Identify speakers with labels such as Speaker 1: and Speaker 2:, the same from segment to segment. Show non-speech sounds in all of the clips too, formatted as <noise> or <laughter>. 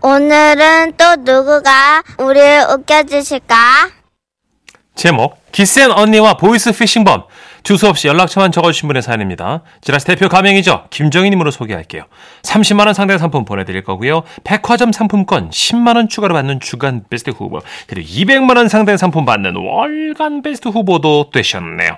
Speaker 1: 오늘은 또 누구가 우리를 웃겨주실까?
Speaker 2: 제목 기센 언니와 보이스 피싱범 주소 없이 연락처만 적어주신 분의 사연입니다. 지라시 대표 가명이죠. 김정희님으로 소개할게요. 30만 원 상당 상품 보내드릴 거고요. 백화점 상품권 10만 원 추가로 받는 주간 베스트 후보 그리고 200만 원 상당 상품 받는 월간 베스트 후보도 되셨네요.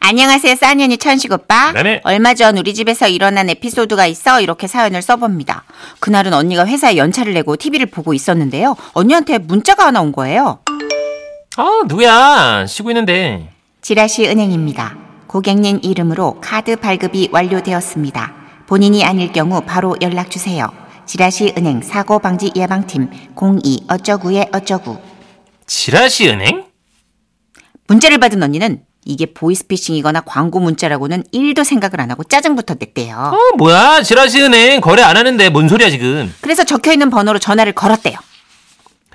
Speaker 3: 안녕하세요, 싸니언니 천식 오빠.
Speaker 2: 네네.
Speaker 3: 얼마 전 우리 집에서 일어난 에피소드가 있어 이렇게 사연을 써봅니다. 그날은 언니가 회사에 연차를 내고 TV를 보고 있었는데요. 언니한테 문자가 하나 온 거예요.
Speaker 2: 아 누구야 쉬고 있는데
Speaker 3: 지라시 은행입니다. 고객님 이름으로 카드 발급이 완료되었습니다. 본인이 아닐 경우 바로 연락 주세요. 지라시 은행 사고 방지 예방팀 02 어쩌구에 어쩌구.
Speaker 2: 지라시 은행?
Speaker 3: 문자를 받은 언니는 이게 보이스피싱이거나 광고 문자라고는 1도 생각을 안 하고 짜증부터 냈대요.
Speaker 2: 어 뭐야 지라시 은행 거래 안 하는데 뭔 소리야 지금?
Speaker 3: 그래서 적혀 있는 번호로 전화를 걸었대요.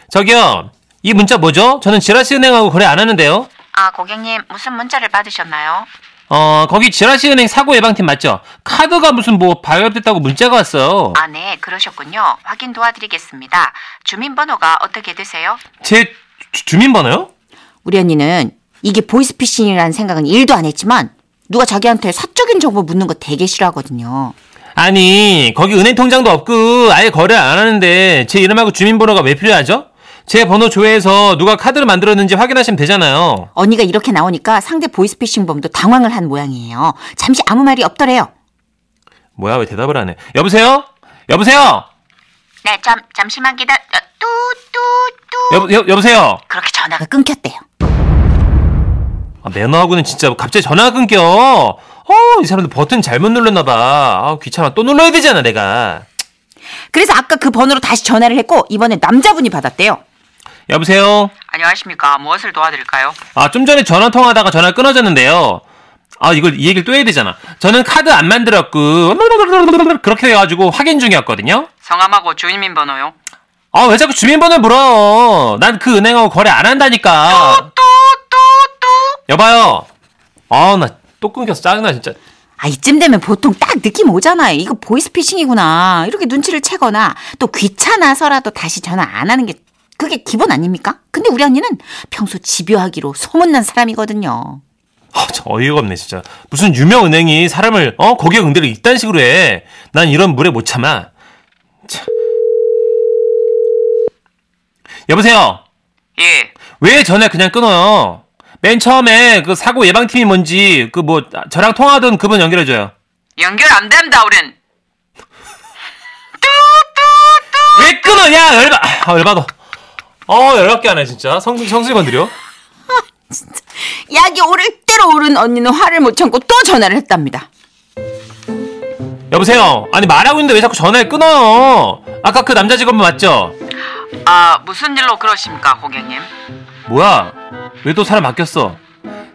Speaker 2: 저기요 이 문자 뭐죠? 저는 지라시 은행하고 거래 안 하는데요.
Speaker 3: 아, 고객님, 무슨 문자를 받으셨나요?
Speaker 2: 어, 거기 지라시은행 사고 예방팀 맞죠? 카드가 무슨 뭐 발급됐다고 문자가 왔어요.
Speaker 3: 아, 네, 그러셨군요. 확인 도와드리겠습니다. 주민번호가 어떻게 되세요?
Speaker 2: 제 주- 주민번호요?
Speaker 3: 우리 언니는 이게 보이스피싱이라는 생각은 1도 안 했지만 누가 자기한테 사적인 정보 묻는 거 되게 싫어하거든요.
Speaker 2: 아니, 거기 은행 통장도 없고 아예 거래 안 하는데 제 이름하고 주민번호가 왜 필요하죠? 제 번호 조회해서 누가 카드를 만들었는지 확인하시면 되잖아요.
Speaker 3: 언니가 이렇게 나오니까 상대 보이스피싱범도 당황을 한 모양이에요. 잠시 아무 말이 없더래요.
Speaker 2: 뭐야, 왜 대답을 안 해? 여보세요? 여보세요?
Speaker 3: 네, 잠, 잠시만 기다, 어,
Speaker 2: 여보,
Speaker 3: 뚜뚜뚜.
Speaker 2: 여, 여보세요?
Speaker 3: 그렇게 전화가 끊겼대요.
Speaker 2: 아, 매너하고는 진짜 갑자기 전화 끊겨. 어, 이 사람들 버튼 잘못 눌렀나 봐. 아, 귀찮아. 또 눌러야 되잖아, 내가.
Speaker 3: 그래서 아까 그 번호로 다시 전화를 했고 이번에 남자분이 받았대요.
Speaker 2: 여보세요?
Speaker 3: 안녕하십니까. 무엇을 도와드릴까요?
Speaker 2: 아, 좀 전에 전화 통화하다가 전화 끊어졌는데요. 아, 이걸, 이 얘기를 또 해야 되잖아. 저는 카드 안 만들었고, 그렇게 돼가지고 확인 중이었거든요.
Speaker 4: 성함하고 주민번호요.
Speaker 2: 아, 왜 자꾸 주민번호 물어? 난 그 은행하고 거래 안 한다니까. 여봐요. 아, 나 또 끊겨서 짜증나, 진짜.
Speaker 3: 아, 이쯤 되면 보통 딱 느낌 오잖아요. 이거 보이스피싱이구나. 이렇게 눈치를 채거나 또 귀찮아서라도 다시 전화 안 하는 게 그게 기본 아닙니까? 근데 우리 언니는 평소 집요하기로 소문난 사람이거든요.
Speaker 2: 아, 참 어이가 없네, 진짜. 무슨 유명 은행이 사람을, 어, 고객 응대를 이딴 식으로 해. 난 이런 물에 못 참아. 참. 여보세요?
Speaker 4: 예.
Speaker 2: 왜 전에 그냥 끊어요? 맨 처음에 그 사고 예방팀이 뭔지 그 뭐 저랑 통화하던 그분 연결해줘요.
Speaker 4: 연결 안 된다, 우린.
Speaker 2: 왜 끊어냐? 열받, 아, 열받아. 어, 열받게 하네, 진짜. 성, 성질 건드려.
Speaker 3: 약이 오를 대로 오른 언니는 화를 못 참고 또 전화를 했답니다.
Speaker 2: 여보세요? 아니, 말하고 있는데 왜 자꾸 전화를 끊어요? 아까 그 남자 직원분 맞죠?
Speaker 4: 아, 무슨 일로 그러십니까, 고객님?
Speaker 2: 뭐야? 왜 또 사람 바뀌었어?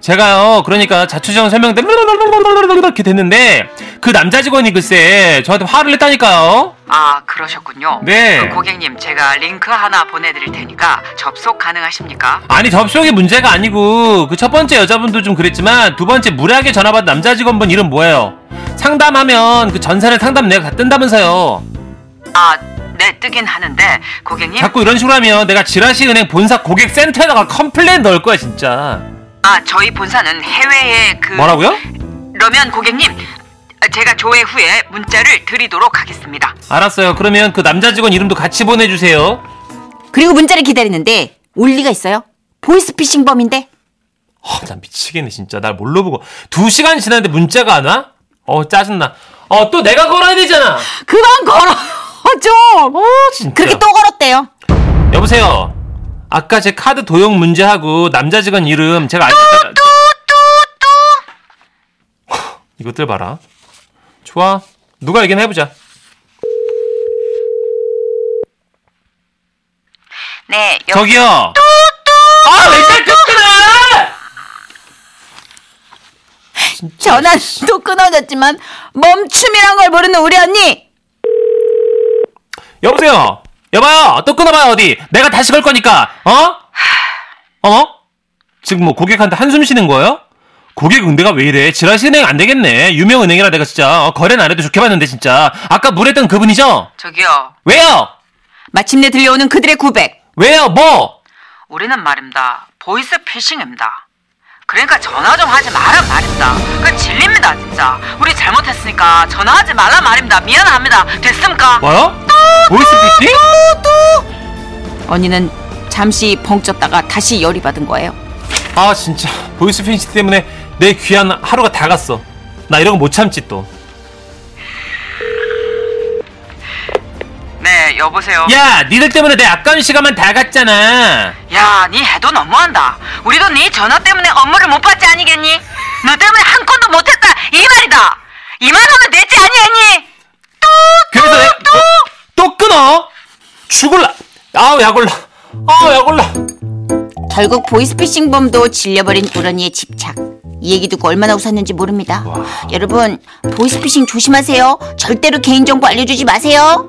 Speaker 2: 제가요, 그러니까 자초지종 설명 때 이렇게 됐는데, 그 남자 직원이 글쎄, 저한테 화를 냈다니까요?
Speaker 4: 아, 그러셨군요.
Speaker 2: 네.
Speaker 4: 그 고객님, 제가 링크 하나 보내드릴 테니까 접속 가능하십니까?
Speaker 2: 아니 접속이 문제가 아니고 그 첫 번째 여자분도 좀 그랬지만 두 번째 무례하게 전화 받은 남자 직원분 이름 뭐예요? 상담하면 그 전세를 상담 내가 다 뜬다면서요.
Speaker 4: 아, 네, 뜨긴 하는데, 고객님.
Speaker 2: 자꾸 이런 식으로 하면 내가 지라시 은행 본사 고객 센터에다가 컴플레인 넣을 거야 진짜.
Speaker 4: 아, 저희 본사는 해외에 그.
Speaker 2: 뭐라고요?
Speaker 4: 그러면 고객님, 아, 제가 조회 후에 문자를 드리도록 하겠습니다.
Speaker 2: 알았어요. 그러면 그 남자 직원 이름도 같이 보내주세요.
Speaker 3: 그리고 문자를 기다리는데 올 리가 있어요? 보이스피싱범인데?
Speaker 2: 아, 나 미치겠네 진짜. 날 뭘로 보고 두 시간 지났는데 문자가 안 와? 어 짜증나. 어 또 내가 걸어야 되잖아.
Speaker 3: 그만 걸어! 좀!
Speaker 2: 진짜.
Speaker 3: 어, 그렇게 또 걸었대요.
Speaker 2: 여보세요. 아까 제 카드 도용 문제하고 남자 직원 이름 제가 알려드렸 <laughs> 이것들 봐라. 좋아. 누가 얘기나 해보자.
Speaker 4: 네, 여...
Speaker 2: 저기요. 아, 왜 자꾸 끊어!
Speaker 3: 전화는 또 끊어졌지만 멈춤이란 걸 모르는 우리 언니!
Speaker 2: 여보세요. 여봐요. 또 끊어봐요, 어디. 내가 다시 걸 거니까. 어? 어머? 지금 뭐 고객한테 한숨 쉬는 거예요? 고객 응대가 왜 이래? 지라시 은행 안 되겠네. 유명 은행이라 내가 진짜 어, 거래는 안 해도 좋게 봤는데 진짜. 아까 물했던 그분이죠?
Speaker 4: 저기요.
Speaker 2: 왜요?
Speaker 3: 마침내 들려오는 그들의 고백.
Speaker 2: 왜요? 뭐?
Speaker 4: 우리는 말입니다. 보이스 피싱입니다. 그러니까 전화 좀 하지 말란 말입니다. 그 진리입니다, 진짜. 우리 잘못했으니까 전화하지 말란 말입니다. 미안합니다. 됐습니까?
Speaker 2: 뭐요? 보이스피싱?
Speaker 3: 언니는 잠시 벙쪘다가 다시 열이 받은 거예요.
Speaker 2: 아 진짜 보이스피싱 때문에 내 귀한 하루가 다 갔어. 나 이런 거 못 참지 또.
Speaker 4: 네, 여보세요.
Speaker 2: 야, 니들 때문에 내 아까운 시간만 다 갔잖아.
Speaker 4: 야, 니 해도 너무한다. 우리도 니 전화 때문에 업무를 못 받지 아니겠니? 너 때문에 한 건도 못했다. 이 말이다. 이만하면 됐지 아니겠니?
Speaker 2: 그래서 내, 또, 또 끊어? 죽을라. 아우 약올라. 아우 약올라.
Speaker 3: 결국 보이스피싱범도 질려버린 우런이의 집착. 이 얘기 듣고 얼마나 웃었는지 모릅니다. 여러분, 보이스피싱 조심하세요. 절대로 개인정보 알려주지 마세요.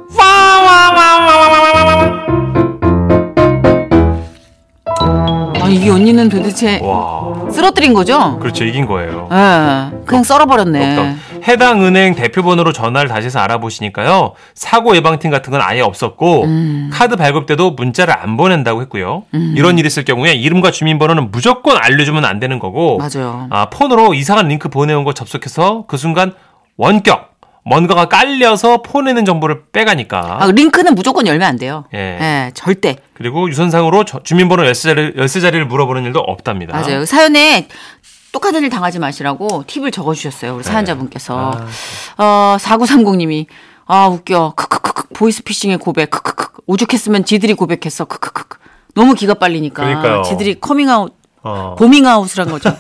Speaker 3: 아, 이 언니는 도대체
Speaker 2: 와,
Speaker 3: 쓰러뜨린 거죠?
Speaker 2: 그렇죠 이긴 거예요.
Speaker 3: 예, 그냥 썰어버렸네.
Speaker 2: 해당 은행 대표번호로 전화를 다시 해서 알아보시니까요. 사고 예방팀 같은 건 아예 없었고
Speaker 3: 음.
Speaker 2: 카드 발급 때도 문자를 안 보낸다고 했고요. 이런 일이 있을 경우에 이름과 주민번호는 무조건 알려주면 안 되는 거고
Speaker 3: 맞아요.
Speaker 2: 아, 폰으로 이상한 링크 보내온 거 접속해서 그 순간 원격 뭔가가 깔려서 폰에 있는 정보를 빼가니까
Speaker 3: 아, 링크는 무조건 열면 안 돼요.
Speaker 2: 예.
Speaker 3: 예, 절대.
Speaker 2: 그리고 유선상으로 저- 주민번호 열쇠 자리를, 열쇠 자리를 물어보는 일도 없답니다.
Speaker 3: 맞아요. 사연에 똑같은 일 당하지 마시라고 팁을 적어주셨어요.
Speaker 2: 네.
Speaker 3: 우리 사연자분께서.
Speaker 2: 아.
Speaker 3: 어, 4930님이, 아, 웃겨. 크크크크. 보이스피싱의 고백. 크크크. 오죽했으면 지들이 고백했어. 크크크. 너무 기가 빨리니까.
Speaker 2: 그러니까요.
Speaker 3: 지들이 커밍아웃.
Speaker 2: 어.
Speaker 3: 보밍아웃을
Speaker 2: <laughs>
Speaker 3: 한 거죠.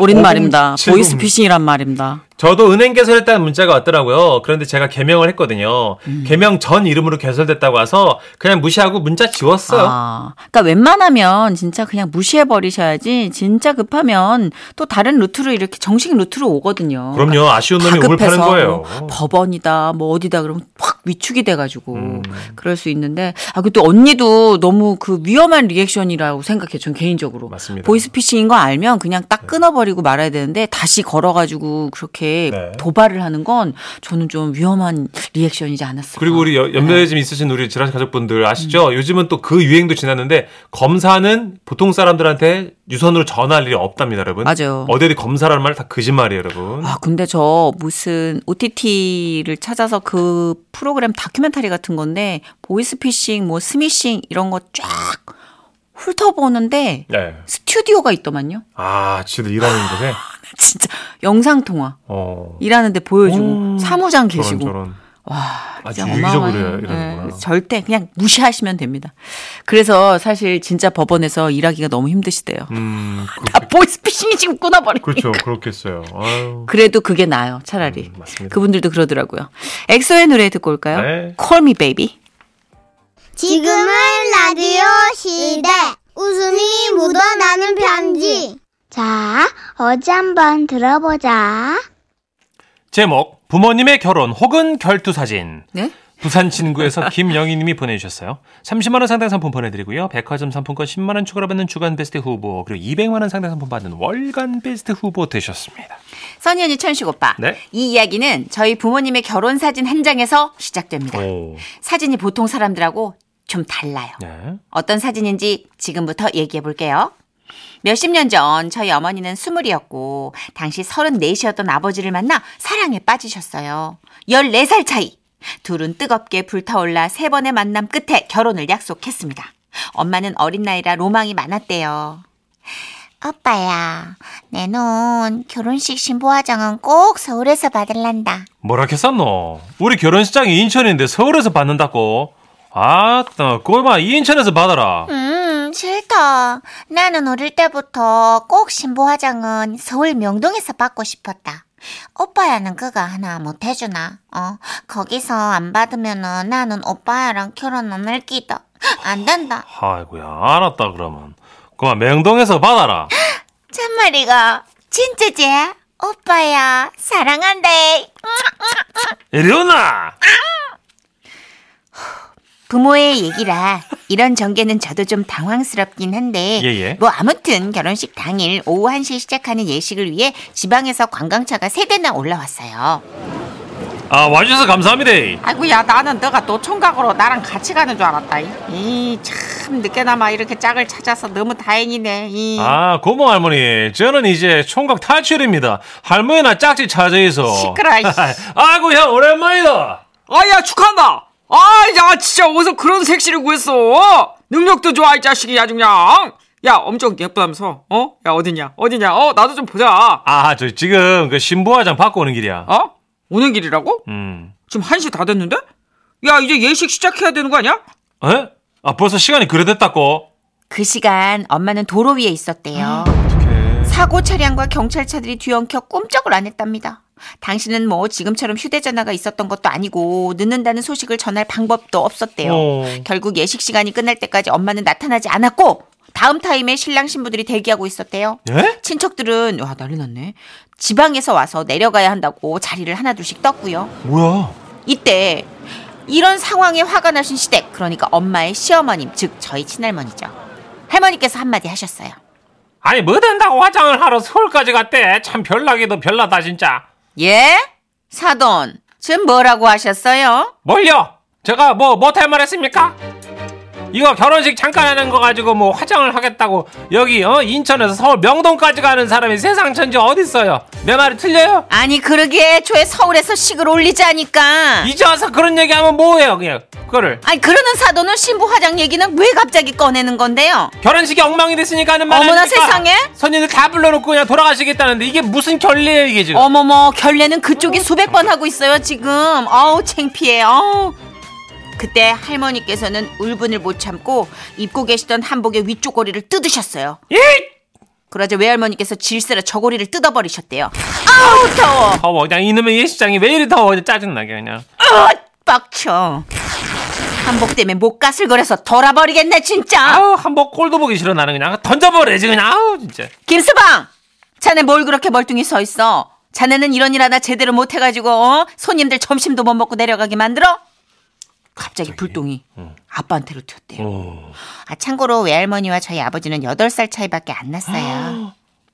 Speaker 3: 옳은 말입니다.
Speaker 2: 칠공.
Speaker 3: 보이스피싱이란 말입니다.
Speaker 2: 저도 은행 개설했다는 문자가 왔더라고요. 그런데 제가 개명을 했거든요.
Speaker 3: 음.
Speaker 2: 개명 전 이름으로 개설됐다고 와서 그냥 무시하고 문자 지웠어요.
Speaker 3: 아, 그러니까 웬만하면 진짜 그냥 무시해 버리셔야지. 진짜 급하면 또 다른 루트로 이렇게 정식 루트로 오거든요.
Speaker 2: 그럼요. 아쉬운 놈이
Speaker 3: 다
Speaker 2: 우물 파는
Speaker 3: 급해서
Speaker 2: 거예요.
Speaker 3: 뭐 법원이다 뭐 어디다 그러면 확 위축이 돼가지고
Speaker 2: 음.
Speaker 3: 그럴 수 있는데 아 그리고 또 언니도 너무 그 위험한 리액션이라고 생각해 전 개인적으로
Speaker 2: 맞습니다.
Speaker 3: 보이스피싱인 거 알면 그냥 딱 끊어버리고 말아야 되는데 다시 걸어가지고 그렇게
Speaker 2: 네.
Speaker 3: 도발을 하는 건 저는 좀 위험한 리액션이지 않았을까
Speaker 2: 그리고 우리 여-
Speaker 3: 네.
Speaker 2: 연배에 좀 있으신 우리 지라시 가족분들
Speaker 3: 음.
Speaker 2: 아시죠? 요즘은 또 그 유행도 지났는데 검사는 보통 사람들한테 유선으로 전화할 일이 없답니다, 여러분.
Speaker 3: 맞아요.
Speaker 2: 어디 어디 검사라는 말 다 거짓말이에요, 여러분.
Speaker 3: 아, 근데 저 무슨 OTT를 찾아서 그 프로그램 다큐멘터리 같은 건데 보이스피싱, 뭐 스미싱 이런 거 쫙 훑어보는데
Speaker 2: 네.
Speaker 3: 스튜디오가 있더만요. <laughs>
Speaker 2: 아, 지들 일하는 곳에.
Speaker 3: 진짜 영상 통화
Speaker 2: 어.
Speaker 3: 일하는데 보여주고
Speaker 2: 오,
Speaker 3: 사무장
Speaker 2: 저런,
Speaker 3: 계시고
Speaker 2: 저런.
Speaker 3: 와
Speaker 2: 아주
Speaker 3: 진짜
Speaker 2: 유기적으로
Speaker 3: 어마어마해요. 네,
Speaker 2: 일하는구나.
Speaker 3: 절대 그냥 무시하시면 됩니다. 그래서 사실 진짜 법원에서 일하기가 너무 힘드시대요.
Speaker 2: 음,
Speaker 3: 아
Speaker 2: 그,
Speaker 3: 보이스피싱이 지금 끊어버려.
Speaker 2: 그렇죠. 그렇겠어요. 아유.
Speaker 3: <laughs> 그래도 그게 나아요 차라리.
Speaker 2: 음, 맞습니다.
Speaker 3: 그분들도 그러더라고요. 엑소의 노래 듣고 올까요?
Speaker 2: 네.
Speaker 3: Call Me Baby.
Speaker 1: 지금은 라디오 시대. 웃음이 묻어나는 편지. 자, 어제 한번 들어보자.
Speaker 2: 제목 부모님의 결혼 혹은 결투 사진
Speaker 3: 네?
Speaker 2: 부산 친구에서 <laughs> 김영희님이 보내주셨어요. 30만 원 상당 상품 보내드리고요. 백화점 상품권 10만 원 추가로 받는 주간 베스트 후보 그리고 200만 원 상당 상품 받는 월간 베스트 후보 되셨습니다.
Speaker 3: 선희 언니 천식 오빠.
Speaker 2: 네.
Speaker 3: 이 이야기는 저희 부모님의 결혼 사진 한 장에서 시작됩니다.
Speaker 2: 오,
Speaker 3: 사진이 보통 사람들하고 좀 달라요.
Speaker 2: 네.
Speaker 3: 어떤 사진인지 지금부터 얘기해 볼게요. 몇십 년 전 저희 어머니는 스물이었고 당시 서른넷이었던 아버지를 만나 사랑에 빠지셨어요. 14살 차이. 둘은 뜨겁게 불타올라 세 번의 만남 끝에 결혼을 약속했습니다. 엄마는 어린 나이라 로망이 많았대요.
Speaker 5: 오빠야, 내 눈 결혼식 신부화장은 꼭 서울에서 받을란다.
Speaker 2: 뭐라 했었노? 우리 결혼 시장이 인천인데 서울에서 받는다고? 아따 꼴마 인천에서 받아라.
Speaker 5: 음, 싫다. 나는 어릴 때부터 꼭 신부화장은 서울 명동에서 받고 싶었다. 오빠야는 그거 하나 못 해주나? 어, 거기서 안 받으면은 나는 오빠야랑 결혼 안 할기다. 안 된다.
Speaker 2: 아이고야 알았다 그러면 그만 명동에서 받아라.
Speaker 5: 참말이가 진짜지? 오빠야, 사랑한다.
Speaker 2: 이리 오나.
Speaker 5: 부모의 얘기라 이런 전개는 저도 좀 당황스럽긴 한데
Speaker 2: 예, 예.
Speaker 5: 뭐 아무튼 결혼식 당일 오후 1시에 시작하는 예식을 위해 지방에서 관광차가 세대나 올라왔어요.
Speaker 2: 아, 와주셔서 감사합니다.
Speaker 3: 아이고 야 나는 너가 노총각으로 나랑 같이 가는 줄 알았다. 이 참 늦게나마 이렇게 짝을 찾아서 너무 다행이네. 이
Speaker 2: 아, 고모 할머니. 저는 이제 총각 탈출입니다. 할머니나 짝지 찾아서.
Speaker 3: 시끄러워, 이씨.
Speaker 2: <laughs> 아이고, 형, 오랜만이다.
Speaker 6: 아야 축하한다. 아야 진짜 어디서 그런 색시를 구했어? 능력도 좋아 이 자식이 아주 그냥. 야 엄청 예쁘다면서 어? 야 어디냐 어디냐 어 나도 좀 보자.
Speaker 2: 아, 저 지금 그 신부화장 받고 오는 길이야.
Speaker 6: 어? 오는 길이라고?
Speaker 2: 음.
Speaker 6: 지금 1시 다 됐는데? 야 이제 예식 시작해야 되는 거 아니야?
Speaker 2: 에? 아, 벌써 시간이 그래 됐다고?
Speaker 3: 그 시간 엄마는 도로 위에 있었대요. 사고 차량과 경찰차들이 뒤엉켜 꿈쩍을 안 했답니다. 당신은 뭐 지금처럼 휴대전화가 있었던 것도 아니고 늦는다는 소식을 전할 방법도 없었대요.
Speaker 2: 어.
Speaker 3: 결국 예식 시간이 끝날 때까지 엄마는 나타나지 않았고 다음 타임에 신랑 신부들이 대기하고 있었대요.
Speaker 2: 예?
Speaker 3: 친척들은 와 난리 났네. 지방에서 와서 내려가야 한다고 자리를 하나둘씩 떴고요.
Speaker 2: 뭐야?
Speaker 3: 이때 이런 상황에 화가 나신 시댁 그러니까 엄마의 시어머님 즉 저희 친할머니죠 할머니께서 한마디 하셨어요
Speaker 2: 아니, 뭐 된다고 화장을 하러 서울까지 갔대. 참 별나기도 별나다, 진짜.
Speaker 3: 예 사돈 지금 뭐라고 하셨어요
Speaker 2: 뭘요? 제가 뭐 못할 말 했습니까? 이거 결혼식 잠깐 하는 거 가지고 뭐 화장을 하겠다고 여기 어 인천에서 서울 명동까지 가는 사람이 세상 천지 어디 있어요? 내 말이 틀려요?
Speaker 3: 아니 그러게 애초에 서울에서 식을 올리자니까
Speaker 2: 이제 와서 그런 얘기하면 뭐예요 그냥 그거를
Speaker 3: 아니 그러는 사돈은 신부 화장 얘기는 왜 갑자기 꺼내는 건데요
Speaker 2: 결혼식이 엉망이 됐으니까 하는 말
Speaker 3: 어머나
Speaker 2: 아닙니까?
Speaker 3: 세상에!
Speaker 2: 손님들 다 불러놓고 그냥 돌아가시겠다는데 이게 무슨 결례예요 이게 지금
Speaker 3: 어머머 결례는 그쪽이 수백 번 하고 있어요 지금 어우 창피해 어우 그때 할머니께서는 울분을 못 참고 입고 계시던 한복의 위쪽 고리를 뜯으셨어요
Speaker 2: 이!
Speaker 3: 그러자 외할머니께서 질세라 저고리를 뜯어버리셨대요. 아우 더워.
Speaker 2: 더워 그냥 이놈의 예식장이 왜 이리 더워 짜증나게 그냥
Speaker 3: 으, 아, 빡쳐. 한복 때문에 목 가슬거려서 돌아버리겠네 진짜.
Speaker 2: 아우 한복 꼴도 보기 싫어 나는 그냥 아, 던져버려야지 그냥 아우 진짜
Speaker 3: 김수방, 자네 뭘 그렇게 멀뚱히 서 있어? 자네는 이런 일 하나 제대로 못 해가지고 어? 손님들 점심도 못 먹고 내려가게 만들어? 갑자기 불똥이 아빠한테로 튀었대요. 아 참고로 외할머니와 저희 아버지는 8살 차이밖에 안 났어요.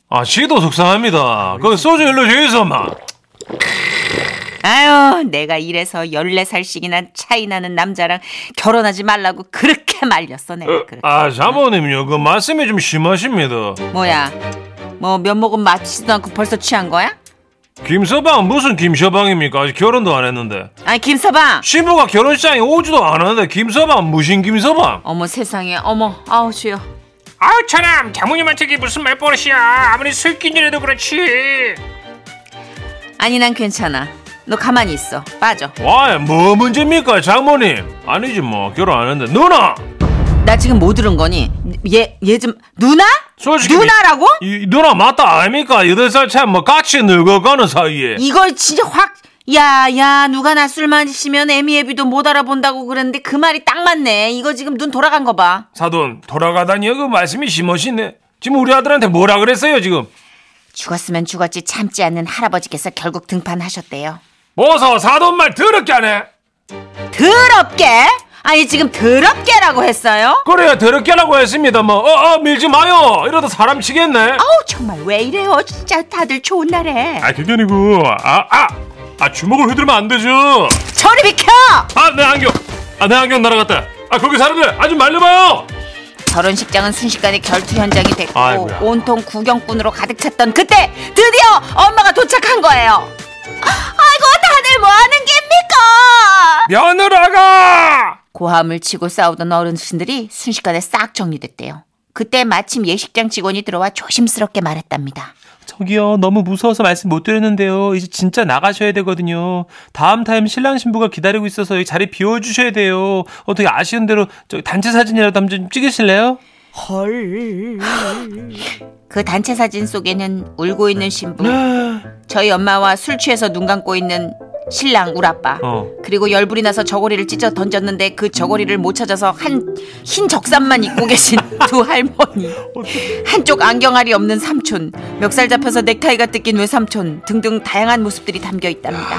Speaker 2: 아 시도 속상합니다 그 소주 일로 주이소 마
Speaker 3: 아유, 내가 이래서 14살씩이나 차이 나는 남자랑 결혼하지 말라고 그렇게 말렸어, 내가. 그렇게.
Speaker 2: 아 사모님요 그 말씀이 좀 심하십니다
Speaker 3: 뭐야? 뭐 몇 모금 마치지도 않고 벌써 취한 거야?
Speaker 2: 김서방 무슨 김서방입니까 아직 결혼도 안 했는데
Speaker 3: 아니, 김서방!
Speaker 2: 신부가 결혼식장에 오지도 않았는데 김서방 무신 김서방
Speaker 3: 어머 세상에, 어머, 아우 주여.
Speaker 7: 아우 차남 장모님한테 이게 무슨 말버릇이야 아무리 술기질해도 그렇지
Speaker 3: 아니, 난 괜찮아. 너 가만히 있어. 빠져.
Speaker 2: 와 뭐 문제입니까 장모님 아니지 뭐 결혼 안 했는데 누나
Speaker 3: 나 지금 뭐 들은 거니? 얘, 얘 좀, 누나?
Speaker 2: 솔직히
Speaker 3: 누나라고?
Speaker 2: 이, 누나 맞다 아닙니까 여덟 살 차이 뭐 같이 늙어가는 사이에
Speaker 3: 예. 이걸 진짜 확, 야, 야, 누가 나 술 마시면 애미애비도 못 알아본다고 그랬는데 그 말이 딱 맞네. 이거 지금 눈 돌아간 거 봐.
Speaker 2: 사돈 돌아가다니요 그 말씀이 심하시네 지금 우리 아들한테 뭐라 그랬어요 지금
Speaker 3: 죽었으면 죽었지 참지 않는 할아버지께서 결국 등판하셨대요.
Speaker 2: 뭐서 사돈 말 더럽게 하네
Speaker 3: 더럽게? 아니 지금 더럽게라고 했어요?
Speaker 2: 그래요 더럽게라고 했습니다 뭐 어어 밀지 마요 이러다 사람 치겠네
Speaker 3: 어우 정말 왜 이래요? 진짜 다들 좋은 날에
Speaker 2: 아 그게 아니고 아아 아, 아, 주먹을 휘두르면 안 되죠
Speaker 3: 저리 비켜!
Speaker 2: 아 내 안경 아 내 안경 날아갔다 아 거기 사람들 아좀 말려봐요
Speaker 3: 결혼식장은 순식간에 결투 현장이 됐고
Speaker 2: 아이고야.
Speaker 3: 온통 구경꾼으로 가득 찼던 그때 드디어 엄마가 도착한 거예요. 아이고 다들 뭐하는 겁니까?
Speaker 2: 며느라가
Speaker 3: 고함을 치고 싸우던 어르신들이 순식간에 싹 정리됐대요. 그때 마침 예식장 직원이 들어와 조심스럽게 말했답니다.
Speaker 2: 저기요 너무 무서워서 말씀 못 드렸는데요 이제 진짜 나가셔야 되거든요 다음 타임 신랑 신부가 기다리고 있어서 여기 자리 비워주셔야 돼요 어떻게 아시는 대로 저 단체 사진이라도 한번 좀 찍으실래요?
Speaker 3: 그 단체 사진 속에는 울고 있는 신부, 저희 엄마와 술 취해서 눈 감고 있는 신랑 울 아빠,
Speaker 2: <gasps> 어.
Speaker 3: 그리고 열불이 나서 저고리를 찢어 던졌는데 그 저고리를 못 찾아서 한 흰 적삼만 입고 계신 <laughs> 두 할머니, 한쪽 안경알이 없는 삼촌, 멱살 잡혀서 넥타이가 뜯긴 외삼촌 등등 다양한 모습들이 담겨 있답니다.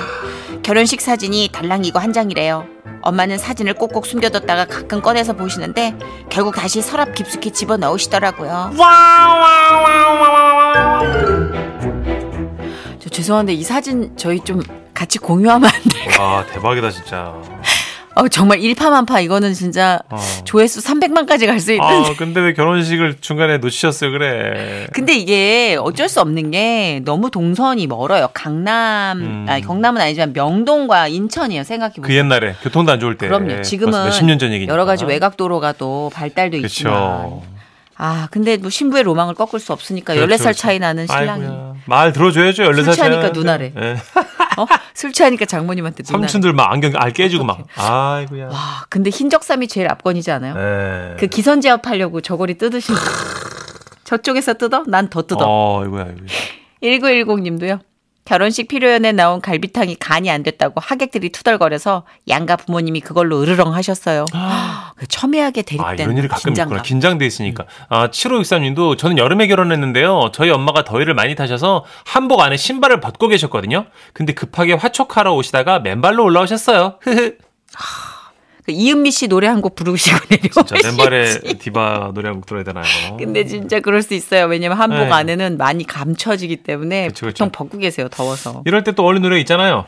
Speaker 3: 결혼식 사진이 달랑 이거 한 장이래요. 엄마는 사진을 꼭꼭 숨겨뒀다가 가끔 꺼내서 보시는데 결국 다시 서랍 깊숙이 집어 넣으시더라고요.
Speaker 7: 와와와와와와와
Speaker 8: 저 죄송한데 이 사진 저희 좀
Speaker 3: 같이 공유하면 안 돼.
Speaker 2: 와 대박이다 진짜.
Speaker 3: <laughs> 어, 정말 일파만파 이거는 진짜 <laughs>
Speaker 2: 어.
Speaker 3: 조회수 300만까지 갈 수 있는.
Speaker 2: 아 근데 왜 결혼식을 중간에 놓치셨어요 그래.
Speaker 3: 근데 이게 어쩔 수 없는 게 너무 동선이 멀어요. 강남,
Speaker 2: 음.
Speaker 3: 아니 경남은 아니지만 명동과 인천이에요. 생각해
Speaker 2: 그
Speaker 3: 보면.
Speaker 2: 옛날에 교통도 안 좋을 때.
Speaker 3: 그럼요. 지금은
Speaker 2: 벌써 네, 몇십 년 전 얘기니까.
Speaker 3: 여러 가지 외곽 도로가 또 발달도 있지만.
Speaker 2: 그렇죠.
Speaker 3: 아, 근데 뭐 신부의 로망을 꺾을 수 없으니까
Speaker 2: 그렇죠,
Speaker 3: 14살
Speaker 2: 그렇죠.
Speaker 3: 차이 나는 신랑이
Speaker 2: 아이고야. 말 들어줘야죠. 14살
Speaker 3: 술 취하니까
Speaker 2: 차이는데.
Speaker 3: 누나래.
Speaker 2: 예.
Speaker 3: 어? 술 취하니까 장모님한테 누나.
Speaker 2: 삼촌들 막 안경 알 깨지고 막. 아이고야.
Speaker 3: 와, 근데 흰적삼이 제일 앞건이지 않아요?
Speaker 2: 예.
Speaker 3: 그 기선 제압하려고 저고리 뜯으신 분.
Speaker 2: <laughs>
Speaker 3: 저쪽에서 뜯어? 난 더 뜯어.
Speaker 2: 어, 이거야, 이거.
Speaker 3: 1910님도요. 결혼식 필요연에 나온 갈비탕이 간이 안 됐다고 하객들이 투덜거려서 양가 부모님이 그걸로 으르렁 하셨어요. 그 첨예하게
Speaker 2: 아,
Speaker 3: 대립된
Speaker 2: 이런 일이 가끔
Speaker 3: 긴장감.
Speaker 2: 있구나. 긴장돼 있으니까. 아, 7563님도 저는 여름에 결혼했는데요. 저희 엄마가 더위를 많이 타셔서 한복 안에 신발을 벗고 계셨거든요. 근데 급하게 화촉하러 오시다가 맨발로 올라오셨어요. 흐흐.
Speaker 3: 그 이은미 씨 노래 한 곡 부르시고 내려오시지.
Speaker 2: 자,
Speaker 3: <laughs>
Speaker 2: 맨발에 디바 노래 한곡 들어야 되나요?
Speaker 3: 근데 진짜 어, 그럴 수 있어요. 왜냐면 한복
Speaker 2: 네.
Speaker 3: 안에는 많이 감춰지기 때문에
Speaker 2: 그쵸, 그쵸.
Speaker 3: 보통 벗고 계세요. 더워서.
Speaker 2: 이럴 때 또 어울린 노래 있잖아요.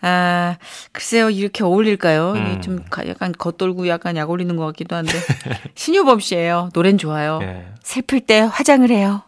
Speaker 3: 아, 글쎄요. 이렇게 어울릴까요? 이게
Speaker 2: 음.
Speaker 3: 좀 가- 약간 겉돌고 약간 약 올리는 것 같기도 한데. 신효범 씨예요. 노래는 좋아요.
Speaker 2: 예.
Speaker 3: 슬플 때 화장을 해요.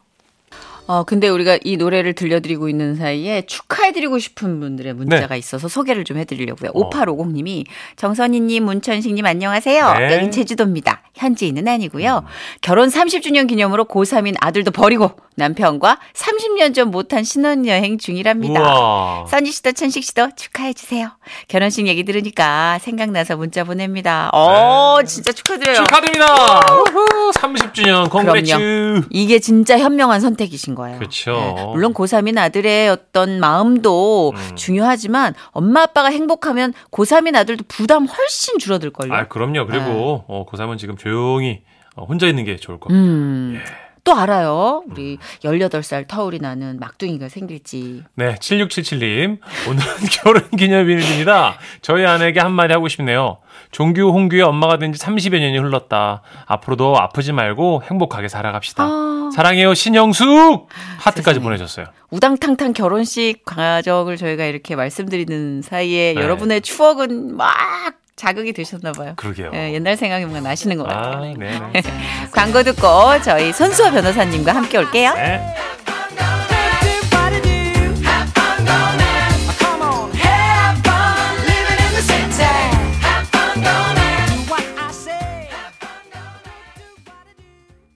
Speaker 3: 어, 근데 우리가 이 노래를 들려드리고 있는 사이에 축하해드리고 싶은 분들의 문자가
Speaker 2: 네.
Speaker 3: 있어서 소개를 좀 해드리려고요.
Speaker 2: 어.
Speaker 3: 5850님이 정선희님, 문천식님 안녕하세요.
Speaker 2: 네. 음.
Speaker 3: 여긴 제주도입니다. 현지인은 아니고요. 결혼 30주년 기념으로 고3인 아들도 버리고 남편과 30년 전 못한 신혼여행 중이랍니다.
Speaker 2: 우와.
Speaker 3: 써니 씨도 천식 씨도 축하해 주세요. 결혼식 얘기 들으니까 생각나서 문자 보냅니다. 어,
Speaker 2: 네.
Speaker 3: 진짜 축하드려요.
Speaker 2: 축하드립니다. 30주년 콩그레츠.
Speaker 3: 이게 진짜 현명한 선택이신 거예요. 네.
Speaker 2: 그쵸.
Speaker 3: 물론 고3인 아들의 어떤 마음도
Speaker 2: 음.
Speaker 3: 중요하지만 엄마 아빠가 행복하면 고3인 아들도 부담 훨씬 줄어들걸요.
Speaker 2: 아, 그럼요. 그리고 어, 고삼은 지금 조용히 어, 혼자 있는 게 좋을 것 같아요.
Speaker 3: 네. 음.
Speaker 2: 예.
Speaker 3: 또 알아요.
Speaker 2: 음.
Speaker 3: 우리 18살 터울이 나는 막둥이가 생길지.
Speaker 2: 네, 7677님. 오늘은 <laughs> 결혼 기념일입니다. 저희 아내에게 한마디 하고 싶네요. 종규, 홍규의 엄마가 된 지 30여 년이 흘렀다. 앞으로도 아프지 말고 행복하게 살아갑시다.
Speaker 3: 아.
Speaker 2: 사랑해요, 신영숙! 하트까지
Speaker 3: 세상에.
Speaker 2: 보내셨어요.
Speaker 3: 우당탕탕 결혼식 과정을 저희가 이렇게 말씀드리는 사이에
Speaker 2: 네.
Speaker 3: 여러분의 추억은 막 자극이 되셨나 봐요.
Speaker 2: 그러게요.
Speaker 3: 예, 옛날 생각이 막 나시는 것
Speaker 2: 아,
Speaker 3: 같아요. <laughs>
Speaker 2: 네. 네.
Speaker 3: 광고 듣고 저희 손수호 변호사님과 함께 올게요.
Speaker 2: 네.